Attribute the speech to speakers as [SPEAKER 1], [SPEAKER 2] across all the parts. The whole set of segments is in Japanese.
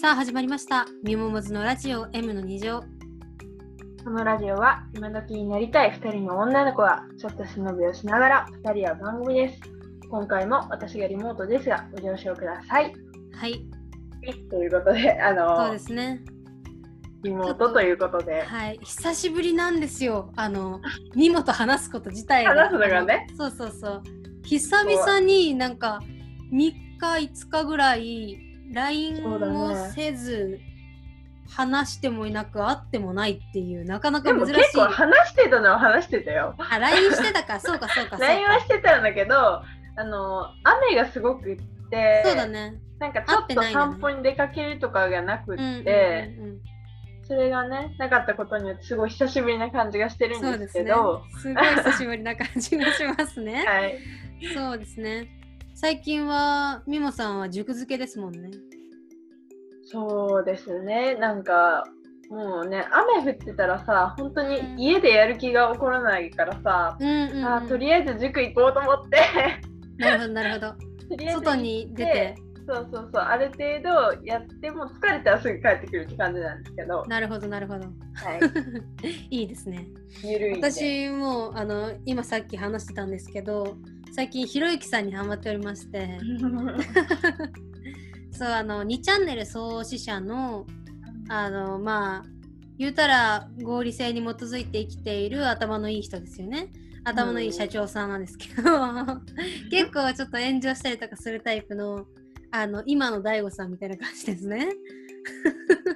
[SPEAKER 1] さあ始まりました「みももずのラジオ M の2乗
[SPEAKER 2] このラジオは今時になりたい2人の女の子がちょっと忍びをしながら2人は番組です。今回も私がリモートですがご了承ください。」
[SPEAKER 1] はい
[SPEAKER 2] ということで、あ
[SPEAKER 1] そう
[SPEAKER 2] の
[SPEAKER 1] ですね
[SPEAKER 2] リモートということで、
[SPEAKER 1] はい久しぶりなんですよあのみもと話すこと自体が
[SPEAKER 2] 話すのがね
[SPEAKER 1] そうそうそう久々になんか3日5日ぐらい LINE
[SPEAKER 2] そうだね
[SPEAKER 1] もせず、話してもいなく会ってもないっていうなかな
[SPEAKER 2] で
[SPEAKER 1] か
[SPEAKER 2] も
[SPEAKER 1] 珍しい
[SPEAKER 2] 結構話してたのは話してたよ。
[SPEAKER 1] あ LINE してたかそうかそうかそうか
[SPEAKER 2] LINE はしてたんだけど、あの雨がすごくって、
[SPEAKER 1] そうだね
[SPEAKER 2] なんかちょっ
[SPEAKER 1] 会って
[SPEAKER 2] と
[SPEAKER 1] ないよね
[SPEAKER 2] 散歩に出かけるとかがなくっ
[SPEAKER 1] う
[SPEAKER 2] て、
[SPEAKER 1] んうんうんうん
[SPEAKER 2] それがね、なかったことによってすごい久しぶりな感じがしてる
[SPEAKER 1] そうんで
[SPEAKER 2] です
[SPEAKER 1] す
[SPEAKER 2] け
[SPEAKER 1] ね
[SPEAKER 2] ど、。
[SPEAKER 1] すごい久しぶりな感じがしますね。
[SPEAKER 2] はい、
[SPEAKER 1] そうですね。最近はみもさんは塾漬けですもんね。
[SPEAKER 2] そうですね、なんかもうね、雨降ってたらさ、本当に家でやる気が起こらないからさ、
[SPEAKER 1] うんうん、うん。
[SPEAKER 2] あーとりあえず塾行こうと思って、
[SPEAKER 1] なるほどなるほど。
[SPEAKER 2] とりあえず
[SPEAKER 1] 外に出て。
[SPEAKER 2] そうそうそう、ある程度やっても疲れたらすぐ帰ってくるって感じなんですけど、
[SPEAKER 1] なるほどなるほど。
[SPEAKER 2] は い、
[SPEAKER 1] いいですね。
[SPEAKER 2] ゆるいんで。
[SPEAKER 1] 私もうあの今さっき話してたんですけど、最近ひろゆきさんにハマっておりまして、そうあの2チャンネル創始者のあのまあ言うたら合理性に基づいて生きている頭のいい人ですよね頭のいい社長さんなんですけど結構ちょっと炎上したりとかするタイプのあの今の大悟さんみたいな感じですね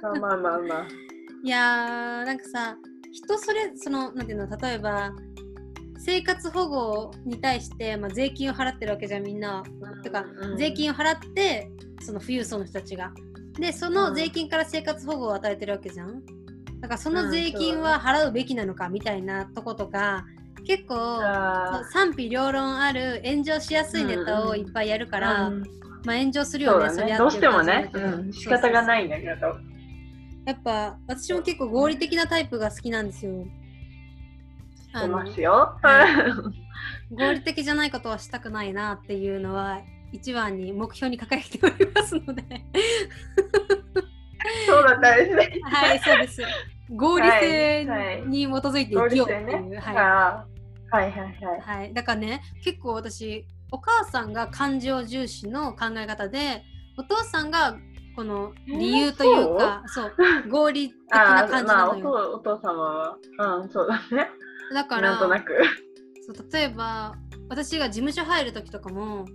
[SPEAKER 2] まあまあまあまあ。
[SPEAKER 1] いやーなんかさ人それそのなんていうの例えば生活保護に対して、まあ、税金を払ってるわけじゃんみんなはとか
[SPEAKER 2] うん
[SPEAKER 1] 税金を払ってその富裕層の人たちがでその税金から生活保護を与えてるわけじゃんだからその税金は払うべきなのかみたいなとことか結構そ
[SPEAKER 2] あ
[SPEAKER 1] う賛否両論ある炎上しやすいネタをいっぱいやる
[SPEAKER 2] ー
[SPEAKER 1] から、
[SPEAKER 2] うん
[SPEAKER 1] まあ炎上する
[SPEAKER 2] そ
[SPEAKER 1] よ
[SPEAKER 2] う
[SPEAKER 1] ね
[SPEAKER 2] だ
[SPEAKER 1] そりゃってい
[SPEAKER 2] ね。どうしても
[SPEAKER 1] 感
[SPEAKER 2] ね
[SPEAKER 1] じ、
[SPEAKER 2] う
[SPEAKER 1] なんだけど
[SPEAKER 2] ん、仕
[SPEAKER 1] そ
[SPEAKER 2] 方が
[SPEAKER 1] うそう
[SPEAKER 2] ないんだけど。
[SPEAKER 1] そうやっぱ私も結構合理的なタイプが好きなんですよ
[SPEAKER 2] してま
[SPEAKER 1] の
[SPEAKER 2] すよ。
[SPEAKER 1] 合理的じゃないことはしたくないなっていうのは一番に目標に掲げておりますので
[SPEAKER 2] そうだったんですね。
[SPEAKER 1] はい、そうです。合理性
[SPEAKER 2] はい
[SPEAKER 1] に基づいて
[SPEAKER 2] 合
[SPEAKER 1] 生き
[SPEAKER 2] 理
[SPEAKER 1] よう
[SPEAKER 2] 性
[SPEAKER 1] っていう。
[SPEAKER 2] ね。
[SPEAKER 1] は
[SPEAKER 2] あーはいはいはい
[SPEAKER 1] い。。はい。だからね、結構私、お母さんが感情重視の考え方で、お父さんがこの理由というか、そう合理的
[SPEAKER 2] あ
[SPEAKER 1] な
[SPEAKER 2] あ
[SPEAKER 1] 感じ
[SPEAKER 2] ー、ま
[SPEAKER 1] な
[SPEAKER 2] あお
[SPEAKER 1] のよ。
[SPEAKER 2] 父お父様は、うん、そうだね。
[SPEAKER 1] だか
[SPEAKER 2] なんとな
[SPEAKER 1] ら、
[SPEAKER 2] く。
[SPEAKER 1] そう例えば、私が事務所入る時とかも、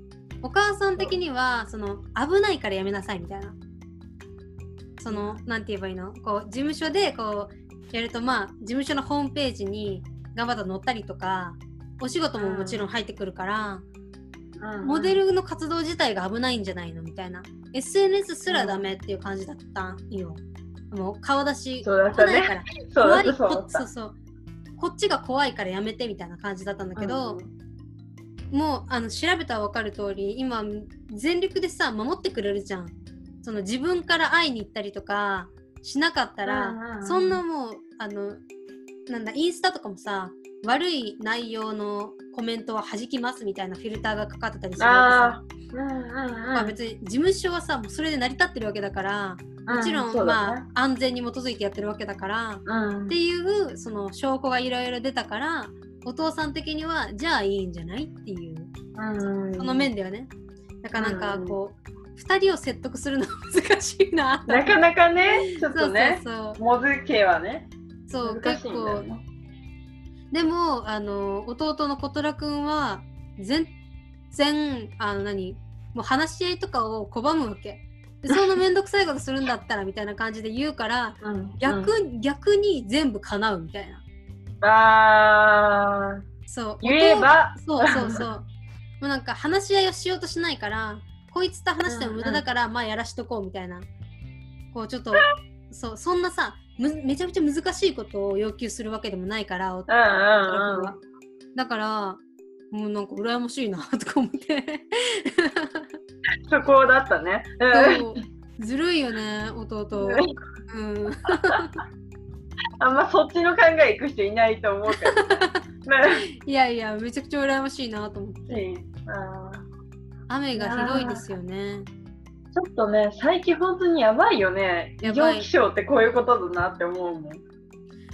[SPEAKER 1] お母さん的には、その危ないからやめなさいみたいな。そのなんて言えばいいのこう事務所でこうやるとまあ事務所のホームページに頑張った載ったりとかお仕事ももちろん入ってくるから、モデ
[SPEAKER 2] ル
[SPEAKER 1] ルの活動自体が危ないんじゃないのみたいな SNS すらダメっていう感じだったんよ、もう顔出し
[SPEAKER 2] そうだった
[SPEAKER 1] 危
[SPEAKER 2] ね
[SPEAKER 1] ないから
[SPEAKER 2] そうだ
[SPEAKER 1] 怖
[SPEAKER 2] っ
[SPEAKER 1] い
[SPEAKER 2] たそう
[SPEAKER 1] こ
[SPEAKER 2] だっ
[SPEAKER 1] そう
[SPEAKER 2] た。
[SPEAKER 1] そうこっちが怖いからやめてみたいな感じだったんだけど、もうあの調べたら分かる通り今全力でさ守ってくれるじゃんその自分から会いに行ったりとかしなかったら、
[SPEAKER 2] うんうんうん
[SPEAKER 1] そんなもうあのなんだインスタとかもさ悪い内容のコメントは弾きますみたいなフィルターがかかってたりするわ
[SPEAKER 2] あうんうん
[SPEAKER 1] けさ、まあ、別に事務所はさもうそれで成り立ってるわけだからもちろん、まあ安全に基づいてやってるわけだから
[SPEAKER 2] あ、うん
[SPEAKER 1] っていうその証拠がいろいろ出たからお父さん的にはじゃあいいんじゃないっていうその面ではね。だからな
[SPEAKER 2] うん
[SPEAKER 1] か
[SPEAKER 2] ん
[SPEAKER 1] こう、二人を説得するのは難しいなと
[SPEAKER 2] なかなかね、ちょっとね、
[SPEAKER 1] そう
[SPEAKER 2] モズ系はね、
[SPEAKER 1] そうそう
[SPEAKER 2] 難
[SPEAKER 1] 結
[SPEAKER 2] しいんだよ
[SPEAKER 1] 構
[SPEAKER 2] ね。
[SPEAKER 1] でもあの弟の琴楽くんは全然あの何もう話し合いとかを拒むわけでそんな面倒くさいことするんだったらみたいな感じで言うから
[SPEAKER 2] うん
[SPEAKER 1] 逆,、逆に全部叶うみたいな
[SPEAKER 2] うんあー
[SPEAKER 1] そう
[SPEAKER 2] 言えば、
[SPEAKER 1] そうそうそう。もうなんか話し合いをしようとしないから、こいつと話しても無駄だから、まあやらしとこうみたいな。こうちょっと、そう、そんなさ、むめちゃくちゃ難しいことを要求するわけでもないから、
[SPEAKER 2] うんうん
[SPEAKER 1] 働く
[SPEAKER 2] う
[SPEAKER 1] のはだから、もうなんか羨ましいなとか思って。
[SPEAKER 2] ん、そこだったね。うん
[SPEAKER 1] そうずるいよね、弟。うん。
[SPEAKER 2] あんまそっちの考え行く人いないと思う から。ね
[SPEAKER 1] いやいや、めちゃくちゃ羨ましいなと思って。
[SPEAKER 2] あー
[SPEAKER 1] 雨がひどいですよね。
[SPEAKER 2] ちょっとね、最近本当にやばいよね。異
[SPEAKER 1] やばい
[SPEAKER 2] 常気象ってこういうことだなって思うもん。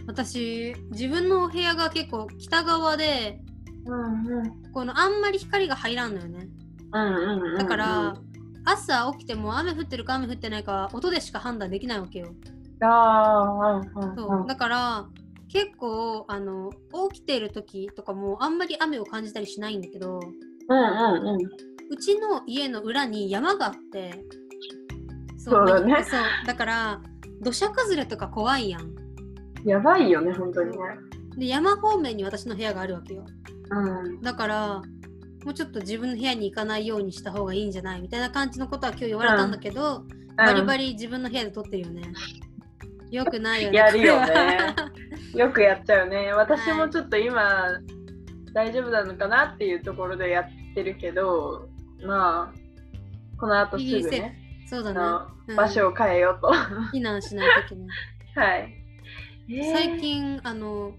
[SPEAKER 1] 私自分のお部屋が結構北側で
[SPEAKER 2] うんうん。
[SPEAKER 1] このあんまり光が入らんのよね
[SPEAKER 2] うんうんうんうん
[SPEAKER 1] だから、朝起きても雨降ってるか雨降ってないかは音でしか判断できないわけよ
[SPEAKER 2] ああ、うんうんうん。
[SPEAKER 1] そうだから結構あの起きてる時とかもあんまり雨を感じたりしないんだけど
[SPEAKER 2] うんうんうん。
[SPEAKER 1] うちの家の裏に山があってそ
[SPEAKER 2] そうだね
[SPEAKER 1] まあそうだから土砂崩れとか怖いやん
[SPEAKER 2] やばいよね、本当にね。
[SPEAKER 1] で山方面に私の部屋があるわけよ
[SPEAKER 2] うん。
[SPEAKER 1] だからもうちょっと自分の部屋に行かないようにした方がいいんじゃないみたいな感じのことは今日言われたんだけど、バリバリ自分の部屋で撮ってるよね。よくないよね。
[SPEAKER 2] やるよね
[SPEAKER 1] これは
[SPEAKER 2] うんよくやっちゃうね。私もちょっと今、大丈夫なのかなっていうところでやってるけど、まあ、この後す
[SPEAKER 1] いい
[SPEAKER 2] ぐ
[SPEAKER 1] せ
[SPEAKER 2] ね、
[SPEAKER 1] そう
[SPEAKER 2] あ
[SPEAKER 1] だね。
[SPEAKER 2] の
[SPEAKER 1] うん
[SPEAKER 2] 場所を変えようと。
[SPEAKER 1] 避難しないといけない。
[SPEAKER 2] はい。えー
[SPEAKER 1] 最。近、あの、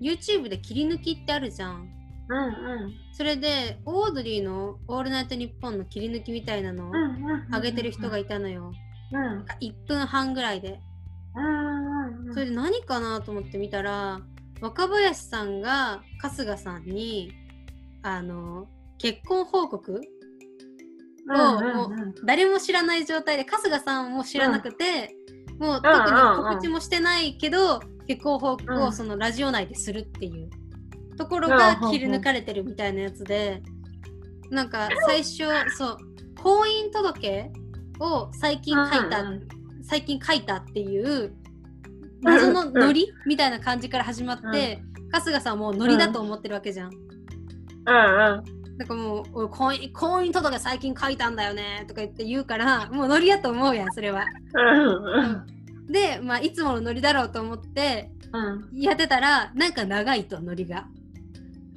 [SPEAKER 1] YouTube で切り抜きってあるじゃん。
[SPEAKER 2] うんうん。
[SPEAKER 1] それで、オードリーの「オールナイトニッポン」の切り抜きみたいなのを
[SPEAKER 2] うんうん
[SPEAKER 1] 上げてる人がいたのよ。
[SPEAKER 2] うんうん
[SPEAKER 1] 1分半ぐらいで。
[SPEAKER 2] うんうん
[SPEAKER 1] それで何かなと思って見たら、若林さんが春日さんに、あの、結婚報告をも
[SPEAKER 2] うん
[SPEAKER 1] 誰も知らない状態で春日さんも知らなくて、もう特
[SPEAKER 2] うんうん
[SPEAKER 1] に告知もしてないけど、結婚報告
[SPEAKER 2] う
[SPEAKER 1] を
[SPEAKER 2] ん
[SPEAKER 1] そのラジオ内でするっていうところ
[SPEAKER 2] う
[SPEAKER 1] が
[SPEAKER 2] んうんうん
[SPEAKER 1] 切り抜かれてるみたいなやつでなんか最初そう婚姻届を最近書いた、
[SPEAKER 2] うん
[SPEAKER 1] 最近書いたっていう謎のノリみたいな感じから始まって、春日さんはもうノリだと思ってるわけじゃん。
[SPEAKER 2] うんうん
[SPEAKER 1] なんかもうおい婚姻婚姻届最近書いたんだよねとか言って言うからもうノリやと思うやんそれは。
[SPEAKER 2] うんうん
[SPEAKER 1] で、まあ、いつものノリだろうと思って
[SPEAKER 2] うん
[SPEAKER 1] やってたらなんか長いとノリが。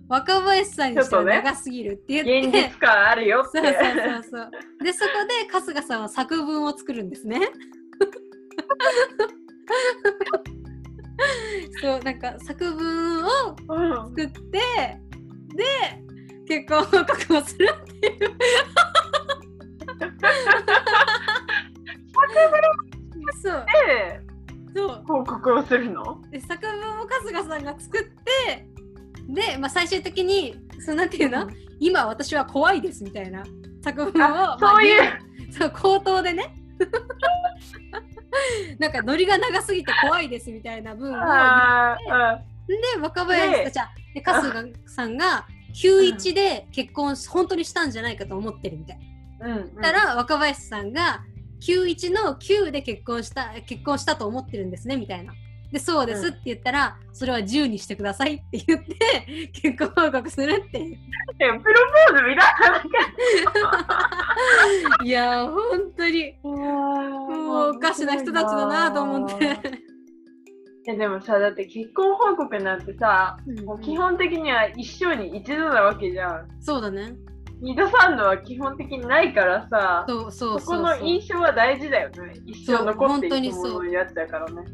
[SPEAKER 1] 若林さんにしては長すぎるって言って
[SPEAKER 2] 現。実感あるよっ
[SPEAKER 1] そ
[SPEAKER 2] て
[SPEAKER 1] うそうそうそう。でそこで春日さんは作文を作るんですね。 そうなんか作文を
[SPEAKER 2] うん
[SPEAKER 1] 作ってで結婚報告をするっていう そう
[SPEAKER 2] で
[SPEAKER 1] そう
[SPEAKER 2] 報告をするの
[SPEAKER 1] で作文を春日さんが作ってで、まあ、最終的にそのなんていうの、今私は怖いですみたいな作文を
[SPEAKER 2] あ
[SPEAKER 1] まあ
[SPEAKER 2] そういう
[SPEAKER 1] 言そう口頭でね なんかノリが長すぎて怖いですみたいな文を
[SPEAKER 2] あ
[SPEAKER 1] で若林
[SPEAKER 2] で
[SPEAKER 1] たちゃで春日さんが91で結婚本当にしたんじゃないかと思ってるみたい。
[SPEAKER 2] ーうんうん
[SPEAKER 1] たら若林さんが91の9で結婚した結婚したと思ってるんですねみたいな。でそうです
[SPEAKER 2] う
[SPEAKER 1] っ
[SPEAKER 2] ん
[SPEAKER 1] て言ったら、それは10にしてくださいって言って結婚報告するっていう。
[SPEAKER 2] えプロポーズ見られなき
[SPEAKER 1] いやー本当に
[SPEAKER 2] ゃ
[SPEAKER 1] もうおかしな人たちだなと思って。
[SPEAKER 2] いやでもさだって結婚報告なんてさもう基本的には一生に一度なわけじゃん
[SPEAKER 1] そうだね。
[SPEAKER 2] 二度三度は基本的にないからさ
[SPEAKER 1] そうそう
[SPEAKER 2] そ
[SPEAKER 1] そ
[SPEAKER 2] こ
[SPEAKER 1] う
[SPEAKER 2] の
[SPEAKER 1] そう。
[SPEAKER 2] 印象は大事だよね一
[SPEAKER 1] そ
[SPEAKER 2] 生
[SPEAKER 1] う
[SPEAKER 2] 残って
[SPEAKER 1] 本当に
[SPEAKER 2] いく
[SPEAKER 1] そ
[SPEAKER 2] も
[SPEAKER 1] う
[SPEAKER 2] のになっちゃうからね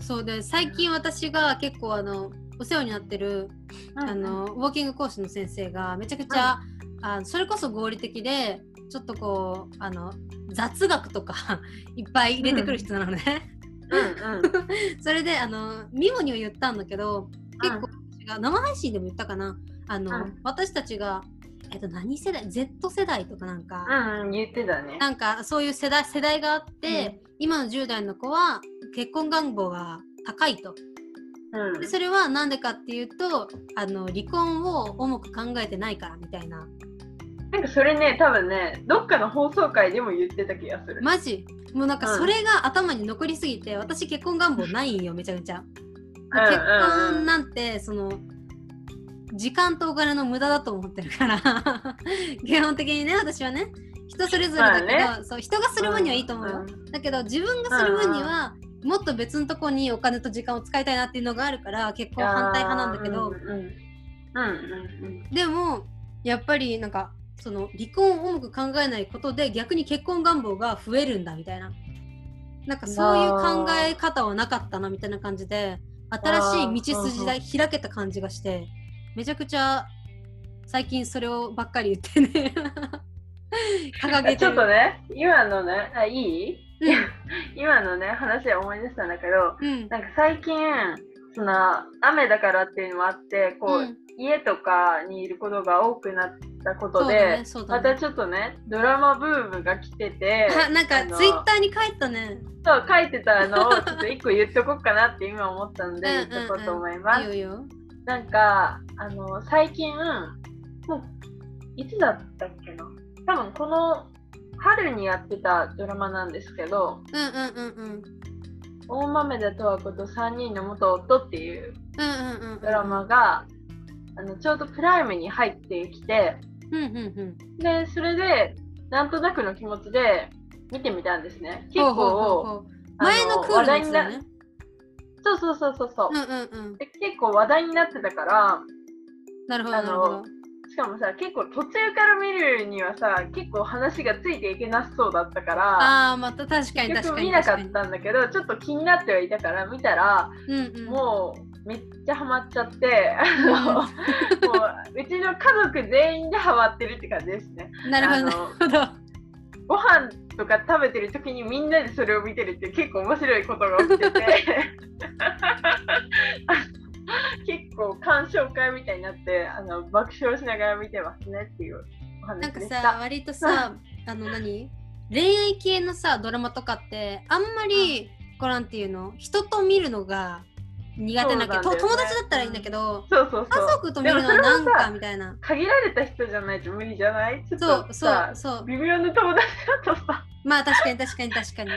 [SPEAKER 1] そうで最近私が結構あのお世話になってるあのウォーキング講師の先生がめちゃくちゃ、あそれこそ合理的でちょっとこうあの雑学とか いっぱい入れてくる人なのね、
[SPEAKER 2] うんう ん
[SPEAKER 1] それであのミモには言ったんだけど結構私が生配信でも言ったかなあの、
[SPEAKER 2] うん
[SPEAKER 1] 私たちが、えっと、何世代 Z 世代とかなんか、
[SPEAKER 2] うんうん言ってたね
[SPEAKER 1] なんかそういう世代世代があって、今の10代の子は結婚願望が高いと
[SPEAKER 2] うん
[SPEAKER 1] でそれは何でかっていうとあの離婚を重く考えてないからみたいな
[SPEAKER 2] なんかそれね、多分ね、どっかの放送回でも言ってた気がする。
[SPEAKER 1] マジもうなん
[SPEAKER 2] う
[SPEAKER 1] か
[SPEAKER 2] ん
[SPEAKER 1] それが頭に残りすぎて私結婚願望ないんよめちゃめちゃ
[SPEAKER 2] うん
[SPEAKER 1] 結
[SPEAKER 2] うんう
[SPEAKER 1] 婚
[SPEAKER 2] ん
[SPEAKER 1] なんてその時間とお金の無駄だと思ってるから 基本的にね私はね人それぞれだけど、
[SPEAKER 2] ま
[SPEAKER 1] そう人がする分にはいいと思うよ、
[SPEAKER 2] ん
[SPEAKER 1] だけど自分がする分にはもっと別のとこにお金と時間を使いたいなっていうのがあるから結婚反対派なんだけど、
[SPEAKER 2] うんうんうん
[SPEAKER 1] でもやっぱりなんかその離婚を重く考えないことで逆に結婚願望が増えるんだみたいななんかそういう考え方はなかったなみたいな感じで新しい道筋
[SPEAKER 2] あー
[SPEAKER 1] で開けた感じが してめちゃくちゃ最近それをばっかり言ってね
[SPEAKER 2] う
[SPEAKER 1] 掲げ
[SPEAKER 2] ち
[SPEAKER 1] て
[SPEAKER 2] ょっと
[SPEAKER 1] る。
[SPEAKER 2] ね、今のね、あいい今のね、話で思い出したんだけど、
[SPEAKER 1] うん。うん。
[SPEAKER 2] なんか最近、その雨だからっていうのもあって、こう、
[SPEAKER 1] うん
[SPEAKER 2] 家とかにいることが多くなったこと
[SPEAKER 1] そう
[SPEAKER 2] で、
[SPEAKER 1] だね、そうだ
[SPEAKER 2] ま
[SPEAKER 1] ね。
[SPEAKER 2] たちょっとね、ドラマブームが来てて、
[SPEAKER 1] あなん
[SPEAKER 2] あ
[SPEAKER 1] か
[SPEAKER 2] の
[SPEAKER 1] ツイッターに書いたね。
[SPEAKER 2] そう書いてたのをちょっと一個言っとこうかなって今思ったので
[SPEAKER 1] うんうんう
[SPEAKER 2] 言っ
[SPEAKER 1] ん
[SPEAKER 2] とこうと思います。
[SPEAKER 1] いいよいいよ。
[SPEAKER 2] なんかあの最近もういつだったっけな多分この春にやってたドラマなんですけど
[SPEAKER 1] うんうんうんうん。
[SPEAKER 2] 「大豆田とわ子と3人の元夫」っていう
[SPEAKER 1] うんうんうん。
[SPEAKER 2] ドラマ。があのちょうどプライムに入ってきて
[SPEAKER 1] うんうんうん。
[SPEAKER 2] でそれでなんとなくの気持ちで見てみたんですね。結
[SPEAKER 1] ほうほうほう
[SPEAKER 2] 構
[SPEAKER 1] ほう前のクールのやつだよね。
[SPEAKER 2] そうそうそうそうそう
[SPEAKER 1] う。んうんうん。
[SPEAKER 2] で結構話題になってたから
[SPEAKER 1] なるほどなるほど。
[SPEAKER 2] しかもさ結構途中から見るにはさ結構話がついていけなさそうだったから
[SPEAKER 1] ああー、また確かに確
[SPEAKER 2] 結局
[SPEAKER 1] か
[SPEAKER 2] 見
[SPEAKER 1] に
[SPEAKER 2] な
[SPEAKER 1] 確
[SPEAKER 2] か
[SPEAKER 1] か
[SPEAKER 2] っ
[SPEAKER 1] に。
[SPEAKER 2] たんだけどちょっと気になってはいたから見たら、
[SPEAKER 1] うんうん。
[SPEAKER 2] もうめっちゃハマっちゃ って、あ
[SPEAKER 1] ん
[SPEAKER 2] のもううちの家族全員でハマってるって感じですね。
[SPEAKER 1] なるほどなる
[SPEAKER 2] あの
[SPEAKER 1] ほど。
[SPEAKER 2] ご飯とか食べてる時にみんなでそれを見てるっていう結構面白いことが起きててあの結構鑑賞会みたいになってあの爆笑しながら見てますねっていうお
[SPEAKER 1] な
[SPEAKER 2] 話
[SPEAKER 1] んか
[SPEAKER 2] でした。
[SPEAKER 1] さ、割とさ、あの何恋愛系のさ、ドラマとかって、あんまり、こうなんていうの、人と見るのが苦手なけど、
[SPEAKER 2] そうなんだよね
[SPEAKER 1] と友達だったらいいんだけど、
[SPEAKER 2] そうそう
[SPEAKER 1] 家
[SPEAKER 2] そう。
[SPEAKER 1] 族と見るのはなん
[SPEAKER 2] でもそれは
[SPEAKER 1] か
[SPEAKER 2] さ
[SPEAKER 1] みたいな。
[SPEAKER 2] 限られた人じゃないと無理じゃないちょっ
[SPEAKER 1] そう
[SPEAKER 2] と
[SPEAKER 1] そ
[SPEAKER 2] さ
[SPEAKER 1] うそう。
[SPEAKER 2] 微妙な友達だと さ
[SPEAKER 1] まあ確かに確かに確かに。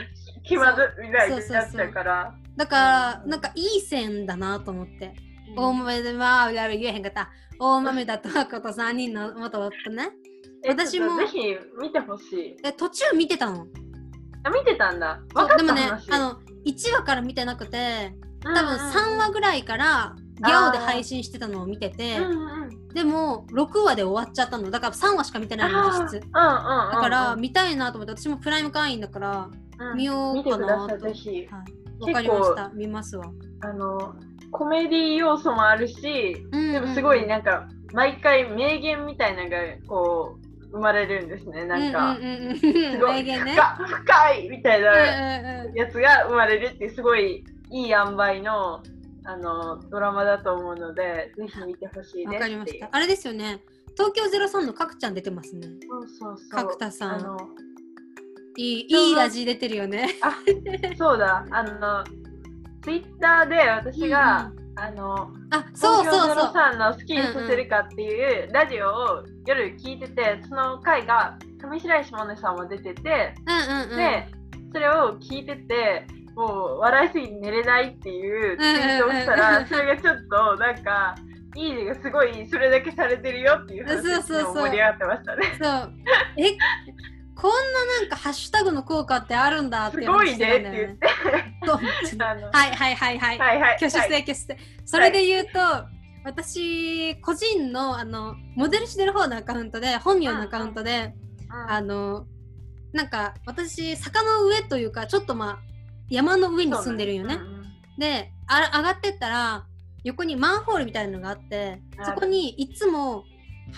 [SPEAKER 2] 気まずみたい
[SPEAKER 1] そう
[SPEAKER 2] になっちゃうから。
[SPEAKER 1] だから、なんかいい線だなと思って。大豆でまあやる言えへんかった。大豆だとはこと3人の元夫ね。
[SPEAKER 2] え
[SPEAKER 1] 私も
[SPEAKER 2] ちょっとぜひ見てほしい。
[SPEAKER 1] え途中見てたの。
[SPEAKER 2] あ見てたんだ。
[SPEAKER 1] そ
[SPEAKER 2] 分
[SPEAKER 1] う
[SPEAKER 2] かっ
[SPEAKER 1] で
[SPEAKER 2] た話
[SPEAKER 1] もね、あの1話から見てなくて、
[SPEAKER 2] 多
[SPEAKER 1] 多分3話ぐらいからギャオで配信してたのを見てて、
[SPEAKER 2] うんうんうん、
[SPEAKER 1] でも6話で終わっちゃったの。だから3話しか見てないの実質。
[SPEAKER 2] あー
[SPEAKER 1] だか
[SPEAKER 2] う
[SPEAKER 1] ら
[SPEAKER 2] んうんうん
[SPEAKER 1] 見たいなと思って、私もプライム会員だから、は
[SPEAKER 2] うんうん
[SPEAKER 1] 見ようかな
[SPEAKER 2] 見てくださ
[SPEAKER 1] と
[SPEAKER 2] いぜひ
[SPEAKER 1] い、わかりました。見ますわ。
[SPEAKER 2] あのコメディ要素もあるし
[SPEAKER 1] うんうん
[SPEAKER 2] でもすごいなんか毎回名言みたいなのがこう生まれるんですねなんか
[SPEAKER 1] うんうんうんう
[SPEAKER 2] す
[SPEAKER 1] ん、
[SPEAKER 2] ご
[SPEAKER 1] 名
[SPEAKER 2] い
[SPEAKER 1] 言ね。
[SPEAKER 2] 深深いみたい
[SPEAKER 1] うん
[SPEAKER 2] な
[SPEAKER 1] うんうん
[SPEAKER 2] やつが生まれるっていうすごいいい塩梅のあのドラマだと思うのでぜひ見てほしい
[SPEAKER 1] わ
[SPEAKER 2] です
[SPEAKER 1] かり
[SPEAKER 2] っ
[SPEAKER 1] ま
[SPEAKER 2] て
[SPEAKER 1] し
[SPEAKER 2] いう
[SPEAKER 1] た。あれですよね。東京ゼロさんの角ちゃん出てますね。
[SPEAKER 2] そうそうそう
[SPEAKER 1] 角田さん
[SPEAKER 2] あの
[SPEAKER 1] いい
[SPEAKER 2] そう
[SPEAKER 1] いいラジ出てるよね。
[SPEAKER 2] そうだあのツイッターで私が、
[SPEAKER 1] う
[SPEAKER 2] あの
[SPEAKER 1] あ、そう
[SPEAKER 2] そ
[SPEAKER 1] う
[SPEAKER 2] そ
[SPEAKER 1] そううそう。
[SPEAKER 2] さんの好きにさせるかっていうラジオを夜聞いててその回が上白石萌音さんも出てて、
[SPEAKER 1] うんうんうん。
[SPEAKER 2] でそれを聞いててもう笑いすぎて寝れないっていうツイートをした
[SPEAKER 1] うんうん
[SPEAKER 2] ら、
[SPEAKER 1] うんうん
[SPEAKER 2] それがちょっとなんか「いいね」がすごいそれだけされてるよっていう
[SPEAKER 1] そう
[SPEAKER 2] 話
[SPEAKER 1] そうそう
[SPEAKER 2] 盛り上がってましたね。
[SPEAKER 1] そう。え、こんななんかハッシュタグの効果ってあるんだって
[SPEAKER 2] す
[SPEAKER 1] いう
[SPEAKER 2] ご
[SPEAKER 1] 話
[SPEAKER 2] い
[SPEAKER 1] し
[SPEAKER 2] ね
[SPEAKER 1] て
[SPEAKER 2] ったて
[SPEAKER 1] んだ
[SPEAKER 2] 言
[SPEAKER 1] よ
[SPEAKER 2] っ
[SPEAKER 1] ね。
[SPEAKER 2] て。
[SPEAKER 1] そう
[SPEAKER 2] あの
[SPEAKER 1] はいはいはいはい。
[SPEAKER 2] はいはい。
[SPEAKER 1] 挙手
[SPEAKER 2] はい
[SPEAKER 1] 制挙手制。それで言うと、私個人のあのモデルしてる方のアカウントで本名のアカウントで。
[SPEAKER 2] うん
[SPEAKER 1] あのなんか私坂の上というかちょっとまあ山の上に住んでるんよね。
[SPEAKER 2] そうなん
[SPEAKER 1] であ上がってったら横にマンホールみたいなのがあって
[SPEAKER 2] ある
[SPEAKER 1] そこにいつも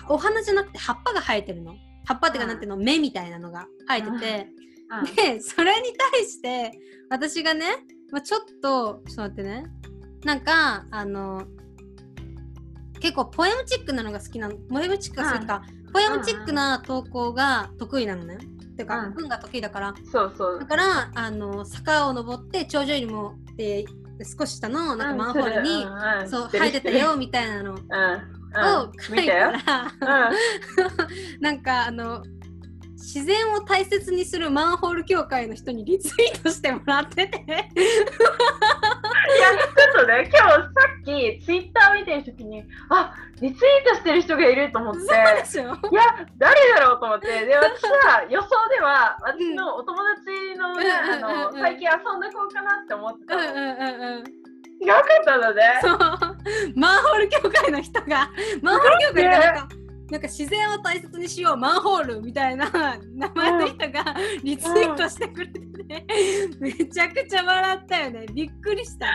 [SPEAKER 1] お花じゃなくて葉っぱが生えてるの。葉っぱっていうか
[SPEAKER 2] うん
[SPEAKER 1] なんていうの芽みたいなのが生えてて、
[SPEAKER 2] うんうん
[SPEAKER 1] でそれに対して私がね、まあ、ちょっとちょっと待ってねなんかあの結構ポエムチックなのが好きなのポエムチックが好きとか、ポエムチックな投稿が得意なのね。てか、
[SPEAKER 2] うん
[SPEAKER 1] 文が得意だから
[SPEAKER 2] そうそう
[SPEAKER 1] だ。からあの坂を登って頂上よりもって少し下のなんかマンホールに、そう生えてたよみたいなのを
[SPEAKER 2] うんうん
[SPEAKER 1] 書
[SPEAKER 2] 見
[SPEAKER 1] いた
[SPEAKER 2] たよ
[SPEAKER 1] ら、
[SPEAKER 2] う
[SPEAKER 1] なんかあの自然を大切にするマンホール協会の人にリツイートしてもらってて
[SPEAKER 2] ん、いやちょっとね今 日さっきツイッター見てる時にあリツイートしてる人がいると思って
[SPEAKER 1] そうでしょ
[SPEAKER 2] いや誰だろうと思ってで私 は予想では私のお友達の,、ね
[SPEAKER 1] うん
[SPEAKER 2] あ
[SPEAKER 1] うんうんうん
[SPEAKER 2] の最近遊んだ子かなって思って
[SPEAKER 1] う
[SPEAKER 2] た
[SPEAKER 1] ん
[SPEAKER 2] の、
[SPEAKER 1] うんうんうん
[SPEAKER 2] 違かったのね
[SPEAKER 1] そうマンホール協会の人がマンホール協会ってなんかなんか自然を大切にしようマンホールみたいな名前の人がリツイートしてくれてねめちゃくちゃ笑ったよねびっくりした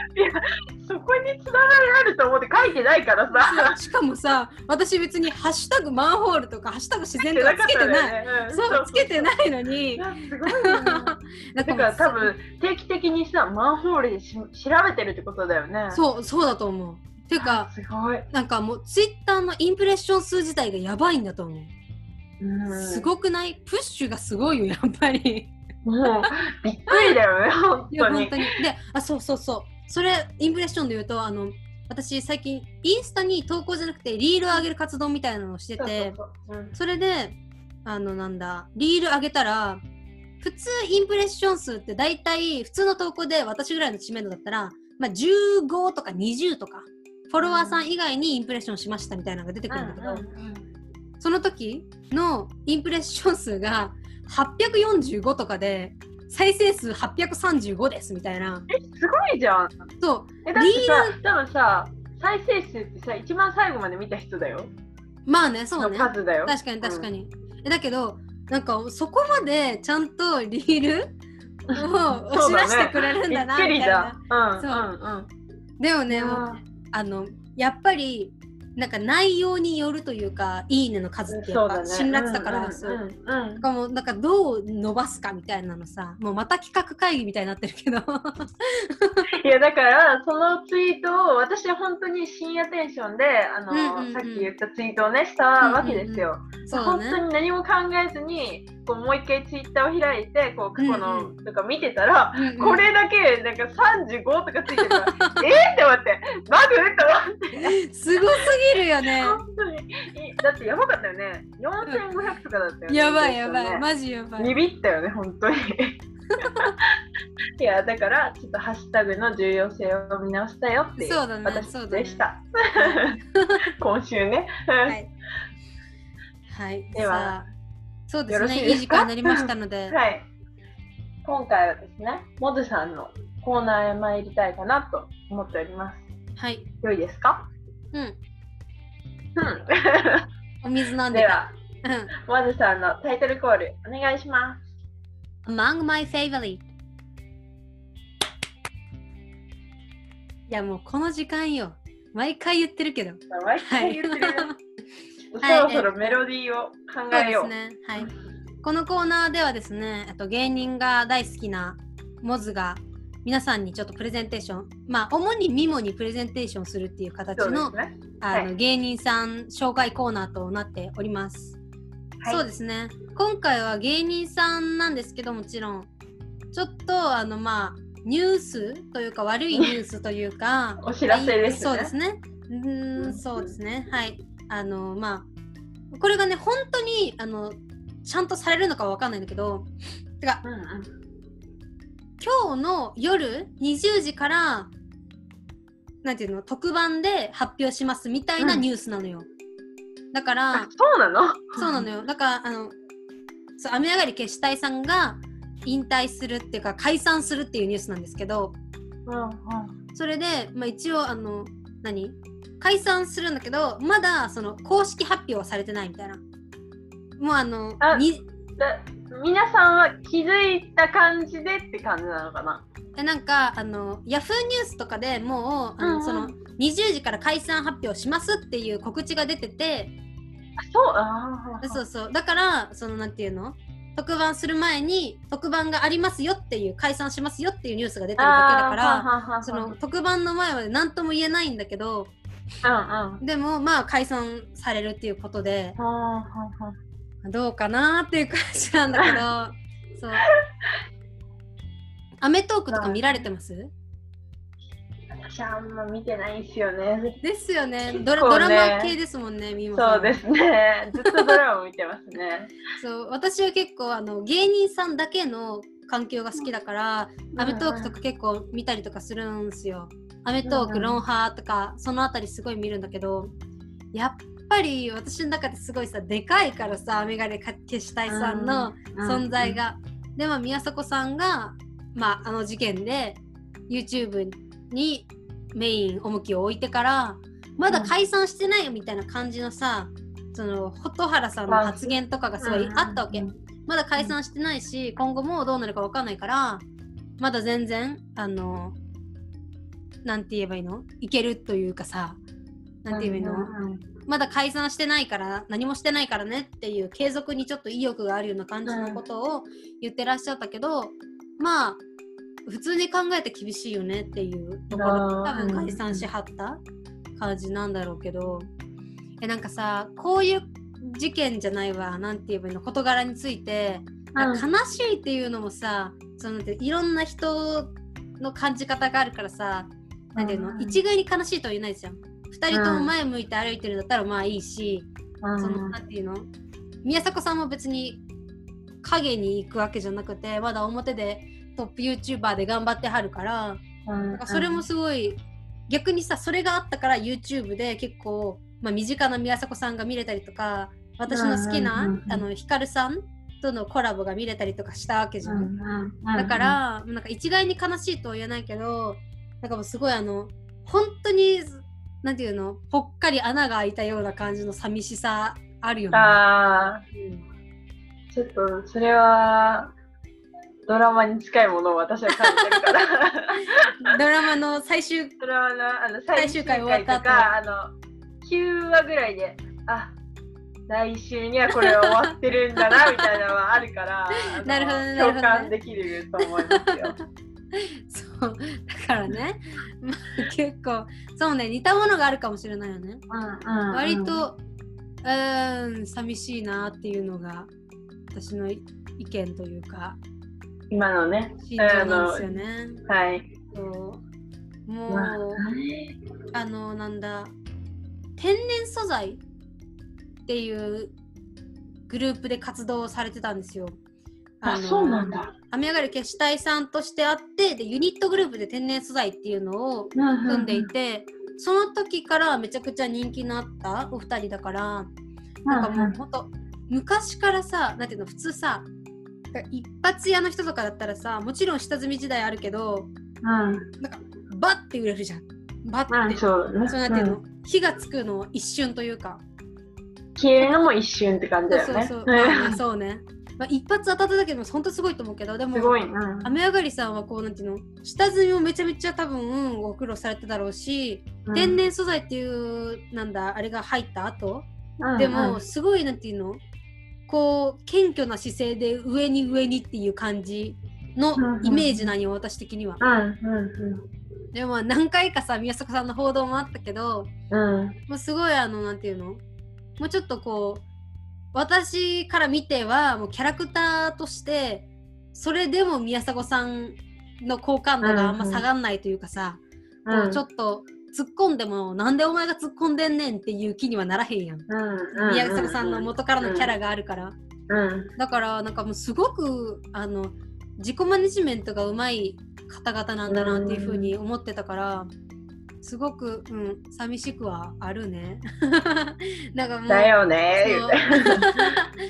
[SPEAKER 2] そこにつながりあると思って書いてないからさ。
[SPEAKER 1] しかもさ私別に「ハッシュタグマンホール」とか「ハッシュタグ自然」とかつけてない、
[SPEAKER 2] い。
[SPEAKER 1] そうつけてないいのに
[SPEAKER 2] やすご いよね
[SPEAKER 1] だ
[SPEAKER 2] だから多分定期的にさマンホールでし調べてるってことだよね。う。
[SPEAKER 1] そうそうだと思うていうか
[SPEAKER 2] すごい。
[SPEAKER 1] なんかもうツイッターのインプレッション数自体がやばいんだと思う、
[SPEAKER 2] うん、
[SPEAKER 1] すごくないプッシュがすごいよやっぱり
[SPEAKER 2] もうびっくりだよね本
[SPEAKER 1] い
[SPEAKER 2] 当
[SPEAKER 1] や
[SPEAKER 2] に。
[SPEAKER 1] 本当にであそうそうそうそれインプレッションで言うとあの私最近インスタに投稿じゃなくてリール上げる活動みたいなのをしてて
[SPEAKER 2] そ
[SPEAKER 1] そ
[SPEAKER 2] うそうそううん
[SPEAKER 1] れであのなんだリール上げたら普通インプレッション数って大体普通の投稿で私ぐらいの知名度だったら、まあ、15とか20とかフォロワーさん以外にインプレッションしましたみたいなのが出てくるんだけど、その時のインプレッション数が845とかで再生数835ですみたいな
[SPEAKER 2] すごいじゃん。
[SPEAKER 1] そう
[SPEAKER 2] えだってさ多分さ再生数ってさ一番最後まで見た人だよ。
[SPEAKER 1] まあねそうね
[SPEAKER 2] の数だよ。
[SPEAKER 1] 確かに確かに、えだけどなんかそこまでちゃんとリールを押
[SPEAKER 2] そ
[SPEAKER 1] し出
[SPEAKER 2] うだね
[SPEAKER 1] してくれるん
[SPEAKER 2] び
[SPEAKER 1] だ
[SPEAKER 2] っ
[SPEAKER 1] な
[SPEAKER 2] く
[SPEAKER 1] み
[SPEAKER 2] り
[SPEAKER 1] たい
[SPEAKER 2] だ
[SPEAKER 1] な。
[SPEAKER 2] うん
[SPEAKER 1] そう
[SPEAKER 2] うん
[SPEAKER 1] でもね
[SPEAKER 2] うん。
[SPEAKER 1] もう
[SPEAKER 2] あ
[SPEAKER 1] あのやっぱりなんか内容によるというか「いいね」の数っ
[SPEAKER 2] ー
[SPEAKER 1] てや
[SPEAKER 2] そ
[SPEAKER 1] っ
[SPEAKER 2] うだ
[SPEAKER 1] ぱ
[SPEAKER 2] ね。
[SPEAKER 1] 辛辣だから、
[SPEAKER 2] うん
[SPEAKER 1] そう
[SPEAKER 2] うんうん
[SPEAKER 1] なんかもうなんかどう伸ばすかみたいなのさもうまた企画会議みたいになってるけど
[SPEAKER 2] いやだからそのツイートを私は本当に深夜テンションであの、
[SPEAKER 1] うんうんうん
[SPEAKER 2] さっき言ったツイートをねしたわけですよ。
[SPEAKER 1] そう
[SPEAKER 2] 本当
[SPEAKER 1] ね
[SPEAKER 2] に何も考えずにこうもう一回ツイッターを開いてこう過去
[SPEAKER 1] う
[SPEAKER 2] の
[SPEAKER 1] ん
[SPEAKER 2] とか見てたら、
[SPEAKER 1] うんうん
[SPEAKER 2] これだけなんか35とかついてたら えっって思ってマグって思って
[SPEAKER 1] すごすぎるよね
[SPEAKER 2] 本当にいだってやばかったよね4500とかだったよね。
[SPEAKER 1] やばいやば
[SPEAKER 2] ツイート
[SPEAKER 1] い
[SPEAKER 2] ね
[SPEAKER 1] マジやばい
[SPEAKER 2] ビビったよね本当にいやだからちょっとハッシュタグの重要性を見直したよっていう
[SPEAKER 1] そうだね
[SPEAKER 2] 私
[SPEAKER 1] そうだね
[SPEAKER 2] でした、 今週ね、
[SPEAKER 1] いはい。
[SPEAKER 2] では
[SPEAKER 1] さあ、そうで
[SPEAKER 2] よ
[SPEAKER 1] す
[SPEAKER 2] ろしい
[SPEAKER 1] ね。
[SPEAKER 2] ですか
[SPEAKER 1] いい時間になりましたの で、
[SPEAKER 2] はい今回はですねモズさんのコーナーへ参りたいかなと思っております
[SPEAKER 1] はい。
[SPEAKER 2] 良いですか
[SPEAKER 1] うん。
[SPEAKER 2] うん
[SPEAKER 1] お水 飲んで
[SPEAKER 2] で
[SPEAKER 1] た。
[SPEAKER 2] はモズさんのタイトルコールお願いしま
[SPEAKER 1] うん。Among my favorite。いやもうこの時間よ。毎回言ってるけど。
[SPEAKER 2] す毎
[SPEAKER 1] は
[SPEAKER 2] 回
[SPEAKER 1] い。
[SPEAKER 2] 言ってる、
[SPEAKER 1] はい
[SPEAKER 2] そろそろメロディーを考
[SPEAKER 1] そう
[SPEAKER 2] え
[SPEAKER 1] で
[SPEAKER 2] よう
[SPEAKER 1] すね。はい。このコーナーではですね、えっと芸人が大好きなモズが皆さんにちょっとプレゼンテーション、まあ主にミモにプレゼンテーションするっていう形
[SPEAKER 2] そうで
[SPEAKER 1] の
[SPEAKER 2] すね
[SPEAKER 1] あの、
[SPEAKER 2] はい
[SPEAKER 1] 芸人さん紹介コーナーとなっております、
[SPEAKER 2] はい
[SPEAKER 1] そうですね今回は芸人さんなんですけどもちろんちょっとあのまあニュースというか悪いニュースというか
[SPEAKER 2] お 知らせですね
[SPEAKER 1] そうですねうーんそうですねはいあのまあこれがね本当にあのちゃんとされるのかわかんないんだけどてか
[SPEAKER 2] うんうん
[SPEAKER 1] 今日の夜20時からなんていうの特番で発表しますみたいな
[SPEAKER 2] うん
[SPEAKER 1] ニュースなのよ、だから
[SPEAKER 2] あそうなの
[SPEAKER 1] そうなのよだからあのそう雨上がり決死隊さんが引退するっていうか解散するっていうニュースなんですけど
[SPEAKER 2] うんうん
[SPEAKER 1] それで、まあ、一応あの何解散するんだけどまだその公式発表はされてないみたいなもうあの
[SPEAKER 2] あ
[SPEAKER 1] に
[SPEAKER 2] だ皆さんは気づいた感じでって感じなのかな
[SPEAKER 1] えなんかあのヤフーニュースとかでもうあの、
[SPEAKER 2] うんうん
[SPEAKER 1] その20時から解散発表しますっていう告知が出てて
[SPEAKER 2] あそうあー
[SPEAKER 1] そうそうだからそのなんていうの特番する前に特番がありますよっていう解散しますよっていうニュースが出てるだけだか
[SPEAKER 2] あー
[SPEAKER 1] ら
[SPEAKER 2] はんはんはんはん
[SPEAKER 1] その特番の前は何とも言えないんだけど
[SPEAKER 2] うんうん
[SPEAKER 1] でもまあ解散されるっていうことで
[SPEAKER 2] はんはんはん
[SPEAKER 1] どうかなーっていう感じなん だけどそうアメトークとか見られてます
[SPEAKER 2] 私あんま見てないんすよね
[SPEAKER 1] ですよねドラ
[SPEAKER 2] 結構ね
[SPEAKER 1] ドラマ系ですもんねみもさん
[SPEAKER 2] そうですねずっとドラマ見てます ね
[SPEAKER 1] そう私は結構あの芸人さんだけの環境が好きだから、アメトークとか結構見たりとかするんですよ。アメトー
[SPEAKER 2] うんう
[SPEAKER 1] ク、
[SPEAKER 2] ん
[SPEAKER 1] ロンハーとか、そのあたりすごい見るんだけど、やっぱり私の中ですごいさ、でかいからさ、アメガネか消したいさんの存在が。で、まあ、宮迫さんが、まあ、あの事件で YouTube にメイン重きを置いてから、まだ解散してないよみたいな感じのさ、その蛍原さんの発言とかがすごいあったわけ、まだ解散してないし今後もどうなるかわかんないからまだ全然あのなんて言えばいいのいけるというかさなんて言えばいいの、
[SPEAKER 2] うん
[SPEAKER 1] まだ解散してないから何もしてないからねっていう継続にちょっと意欲があるような感じのことを言ってらっしゃったけど、まあ普通に考えて厳しいよねっていうところ
[SPEAKER 2] あー
[SPEAKER 1] で多分解散しはった感じなんだろうけど、えなんかさこういう事件じゃないわなんて言えばいいの事柄について、なんか悲しいっていうのもさそのなんていろんな人の感じ方があるからさなんていうの、
[SPEAKER 2] うん
[SPEAKER 1] 一概に悲しいとは言えないじゃん。2人とも前向いて歩いてるんだったらまあいいし、
[SPEAKER 2] うん
[SPEAKER 1] そのなんていうの宮迫さんも別に影に行くわけじゃなくてまだ表でトップ YouTuber で頑張ってはるから
[SPEAKER 2] うん
[SPEAKER 1] なんかそれもすごい逆にさそれがあったから YouTube で結構、まあ、身近な宮迫さんが見れたりとか私の好きな、
[SPEAKER 2] うんうんうんうん
[SPEAKER 1] あのヒカルさんとのコラボが見れたりとかしたわけじ
[SPEAKER 2] う
[SPEAKER 1] ゃ
[SPEAKER 2] ん
[SPEAKER 1] ん
[SPEAKER 2] うん
[SPEAKER 1] だから、なんか一概に悲しいとは言えないけど、なんかもうすごいあの、本当に、なんていうの、ぽっかり穴が開いたような感じの寂しさあるよね。
[SPEAKER 2] あ
[SPEAKER 1] うん
[SPEAKER 2] ーちょっとそれはドラマに近いものを私は感じてるか ら
[SPEAKER 1] ドラマの最終、
[SPEAKER 2] ドラマのあの
[SPEAKER 1] 最終回終わっ
[SPEAKER 2] と
[SPEAKER 1] た
[SPEAKER 2] かあの9話ぐらいであ来週にはこれは終わってるんだなみたいなのはある からあの
[SPEAKER 1] なるほどねなるほどね
[SPEAKER 2] 共感できると思いますよ。
[SPEAKER 1] そう、だからね、まあ、結構、そうね、似たものがあるかもしれないよね。割と、うーん、寂しいなっていうのが、私の意見というか、
[SPEAKER 2] 今のね、
[SPEAKER 1] 心情なんですよね。
[SPEAKER 2] はい。
[SPEAKER 1] そうもう、
[SPEAKER 2] まあ
[SPEAKER 1] あのなんだ天然素材っていうグループで活動されてたんですよ。
[SPEAKER 2] あ、
[SPEAKER 1] の
[SPEAKER 2] そうなんだ。
[SPEAKER 1] 雨上がり決死隊さんとしてあってでユニットグループで天然素材っていうのを
[SPEAKER 2] 組
[SPEAKER 1] 組んでいて、その時からめちゃくちゃ人気のあったお二人だからなんかもうほんと昔からさなんていうの普通さ一発屋の人とかだったらさもちろん下積み時代あるけど
[SPEAKER 2] うん、
[SPEAKER 1] バッて売れるじゃん。バ
[SPEAKER 2] ま
[SPEAKER 1] ッ
[SPEAKER 2] あ
[SPEAKER 1] て
[SPEAKER 2] そうだね。
[SPEAKER 1] そうなんていうの、火がつくのは一瞬というか、
[SPEAKER 2] うん消えるのも一瞬って感じだよ
[SPEAKER 1] そう
[SPEAKER 2] ね。
[SPEAKER 1] そうそう、
[SPEAKER 2] うん
[SPEAKER 1] まあねそうね、まあ、一発当たっただけでも本当すごいと思うけどです
[SPEAKER 2] ご
[SPEAKER 1] も
[SPEAKER 2] いな。
[SPEAKER 1] 雨上がりさんはこうなんていうの下積みもめちゃめちゃ多分ご苦労されてたろうし、
[SPEAKER 2] うん
[SPEAKER 1] 天然素材っていうなんだあれが入った後、
[SPEAKER 2] うん
[SPEAKER 1] で
[SPEAKER 2] う
[SPEAKER 1] も
[SPEAKER 2] ん
[SPEAKER 1] すごいなんていうのこう謙虚な姿勢で上に上にっていう感じのイメージなんよ、私的には。
[SPEAKER 2] うん
[SPEAKER 1] でもまあ何回かさ宮迫さんの報道もあったけど、
[SPEAKER 2] うんうん
[SPEAKER 1] もうすごいあのなんていうのもうちょっとこう私から見てはもうキャラクターとしてそれでも宮迫さんの好感度があんま下がんないというかさ、
[SPEAKER 2] う
[SPEAKER 1] こ
[SPEAKER 2] ん
[SPEAKER 1] うちょっと突っ込んでもなんでお前が突っ込んでんねんっていう気にはならへんやん、
[SPEAKER 2] うんうん
[SPEAKER 1] 宮迫さんの元からのキャラがあるから、
[SPEAKER 2] うん
[SPEAKER 1] だからなんかもうすごくあの自己マネジメントがうまい方々なんだなっていうふうに思ってたから、すごく、うん、寂しくはあるね。 なんかもう
[SPEAKER 2] だよね
[SPEAKER 1] そ
[SPEAKER 2] 言
[SPEAKER 1] の
[SPEAKER 2] う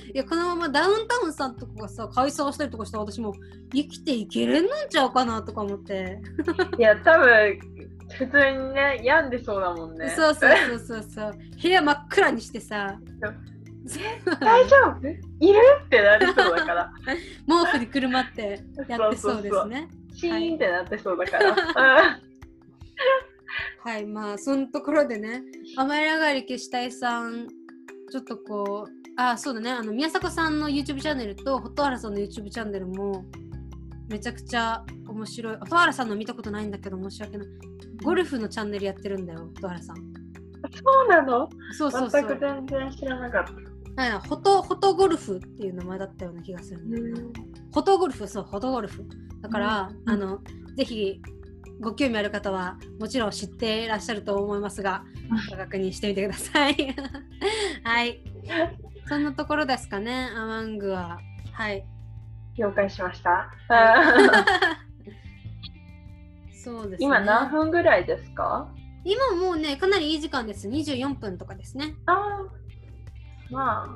[SPEAKER 2] て
[SPEAKER 1] いやこのままダウンタウンさんとかがさ解散したりとかしたら私も生きていけれんのんちゃうかなとか思って、
[SPEAKER 2] いや多分普通にね病んでそうだもんね
[SPEAKER 1] そうそうそうそうそう部屋真っ暗にしてさ
[SPEAKER 2] 大丈夫いるってなりそうだから
[SPEAKER 1] 毛布にくるまってやってそうですね。
[SPEAKER 2] シーンってなってそう だから
[SPEAKER 1] はいまあそのところでね雨上がり消したいさんちょっとこうあそうだねあの宮迫さんの YouTube チャンネルと蛍原さんの YouTube チャンネルもめちゃくちゃ面白い蛍原さんの見たことないんだけど申し訳ないゴルフのチャンネルやってるんだよ蛍原さん
[SPEAKER 2] そうなの
[SPEAKER 1] そうそうそ
[SPEAKER 2] 全く
[SPEAKER 1] う
[SPEAKER 2] 全然知らなかった
[SPEAKER 1] なんやフォトフォトゴルフっていう名前だったような気がするんだよなフォトゴルフそうフォトゴルフだから、
[SPEAKER 2] うん
[SPEAKER 1] あのぜひご興味ある方はもちろん知っていらっしゃると思いますがご確認してみてください はいそんなところですかねアマングははい
[SPEAKER 2] 了解しました
[SPEAKER 1] そうですね
[SPEAKER 2] 今何分ぐらいですか
[SPEAKER 1] 今もうねかなりいい時間です24分とかですね
[SPEAKER 2] あーまあ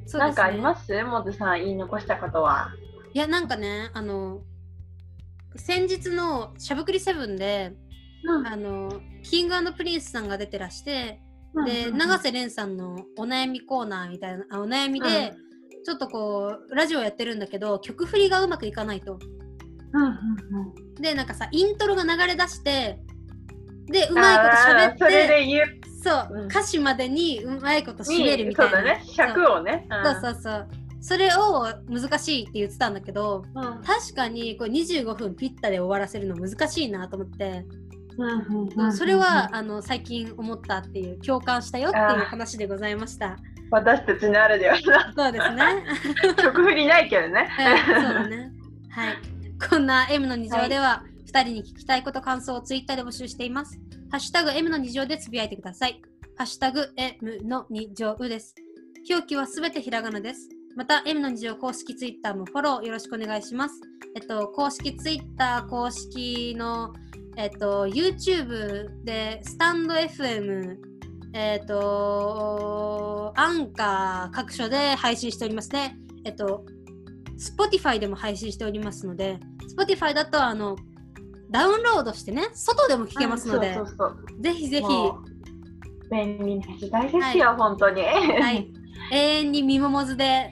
[SPEAKER 1] そうですね
[SPEAKER 2] なんかありますすモズさん言い残したことは。
[SPEAKER 1] いやなんかねあの先日の「しゃぶくりセブンで
[SPEAKER 2] うん
[SPEAKER 1] あのキングプリンスさんが出てらしてで永瀬廉さんのお悩みコーナーみたいなあお悩みで、ちょっとこうラジオやってるんだけど曲振りがうまくいかないと
[SPEAKER 2] うんうんうん
[SPEAKER 1] でなんかさイントロが流れ出してでう
[SPEAKER 2] う
[SPEAKER 1] まいこと喋っ
[SPEAKER 2] それ
[SPEAKER 1] て
[SPEAKER 2] で言う
[SPEAKER 1] そう、
[SPEAKER 2] うん
[SPEAKER 1] 歌詞までにうまいこと締めるみた
[SPEAKER 2] そ
[SPEAKER 1] いうな
[SPEAKER 2] だね尺をね
[SPEAKER 1] そうそうそうそれを難しいって言ってたんだけど確かにこれ25分ピッタで終わらせるの難しいなと思って、それはあの最近思ったっていう共感したよっていう話でございました
[SPEAKER 2] 私たちのあれでは
[SPEAKER 1] そうですね
[SPEAKER 2] 曲振りないけどね
[SPEAKER 1] はいそうだ ねはいこんな M の二乗では、二人に聞きたいこと感想をツイッターで募集していますハッシュタグ M の二乗でつぶやいてくださいハッシュタグ M の二乗です表記はすべてひらがなですまた M の二乗公式ツイッターもフォローよろしくお願いしますえっと、公式 Twitter、公式の、えっと、YouTube で、スタンド FM、えっと、アンカー各所で配信しておりますね。えっと、Spotify でも配信しておりますので、Spotify だと、あの、ダウンロードしてね、外でも聞けますので
[SPEAKER 2] そ、うそうそう
[SPEAKER 1] ぜひぜひ、
[SPEAKER 2] も
[SPEAKER 1] は
[SPEAKER 2] う便利な時代ですよ、本当に。
[SPEAKER 1] い、永遠にミモモズで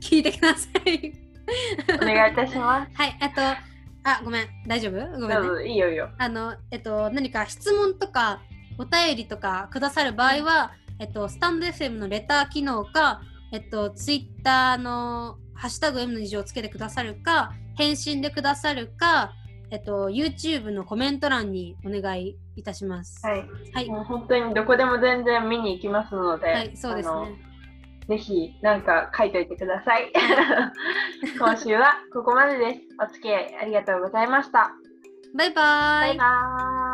[SPEAKER 1] 聞いてください。
[SPEAKER 2] お願いいたします。
[SPEAKER 1] はい、あと、あ、ごめん、大丈夫ごめん
[SPEAKER 2] 多
[SPEAKER 1] ね。
[SPEAKER 2] 分いいよいいよ。
[SPEAKER 1] あの、えっと、何か質問とかお便りとかくださる場合は、えっと、スタンド FM のレター機能か、えっと、ツイッターのハッシュタグ M の字をつけてくださるか、返信でくださるか、えっと、YouTube のコメント欄にお願いいたします。。
[SPEAKER 2] はいい。
[SPEAKER 1] はい。
[SPEAKER 2] もう本当にどこでも全然見に行きますので、
[SPEAKER 1] はい、そうです
[SPEAKER 2] あの
[SPEAKER 1] ね。
[SPEAKER 2] ぜひなんか書いといてくだ さい。今週はここまでです。お付き合いありがとうございました。
[SPEAKER 1] バイバーイ。
[SPEAKER 2] バイバーイ。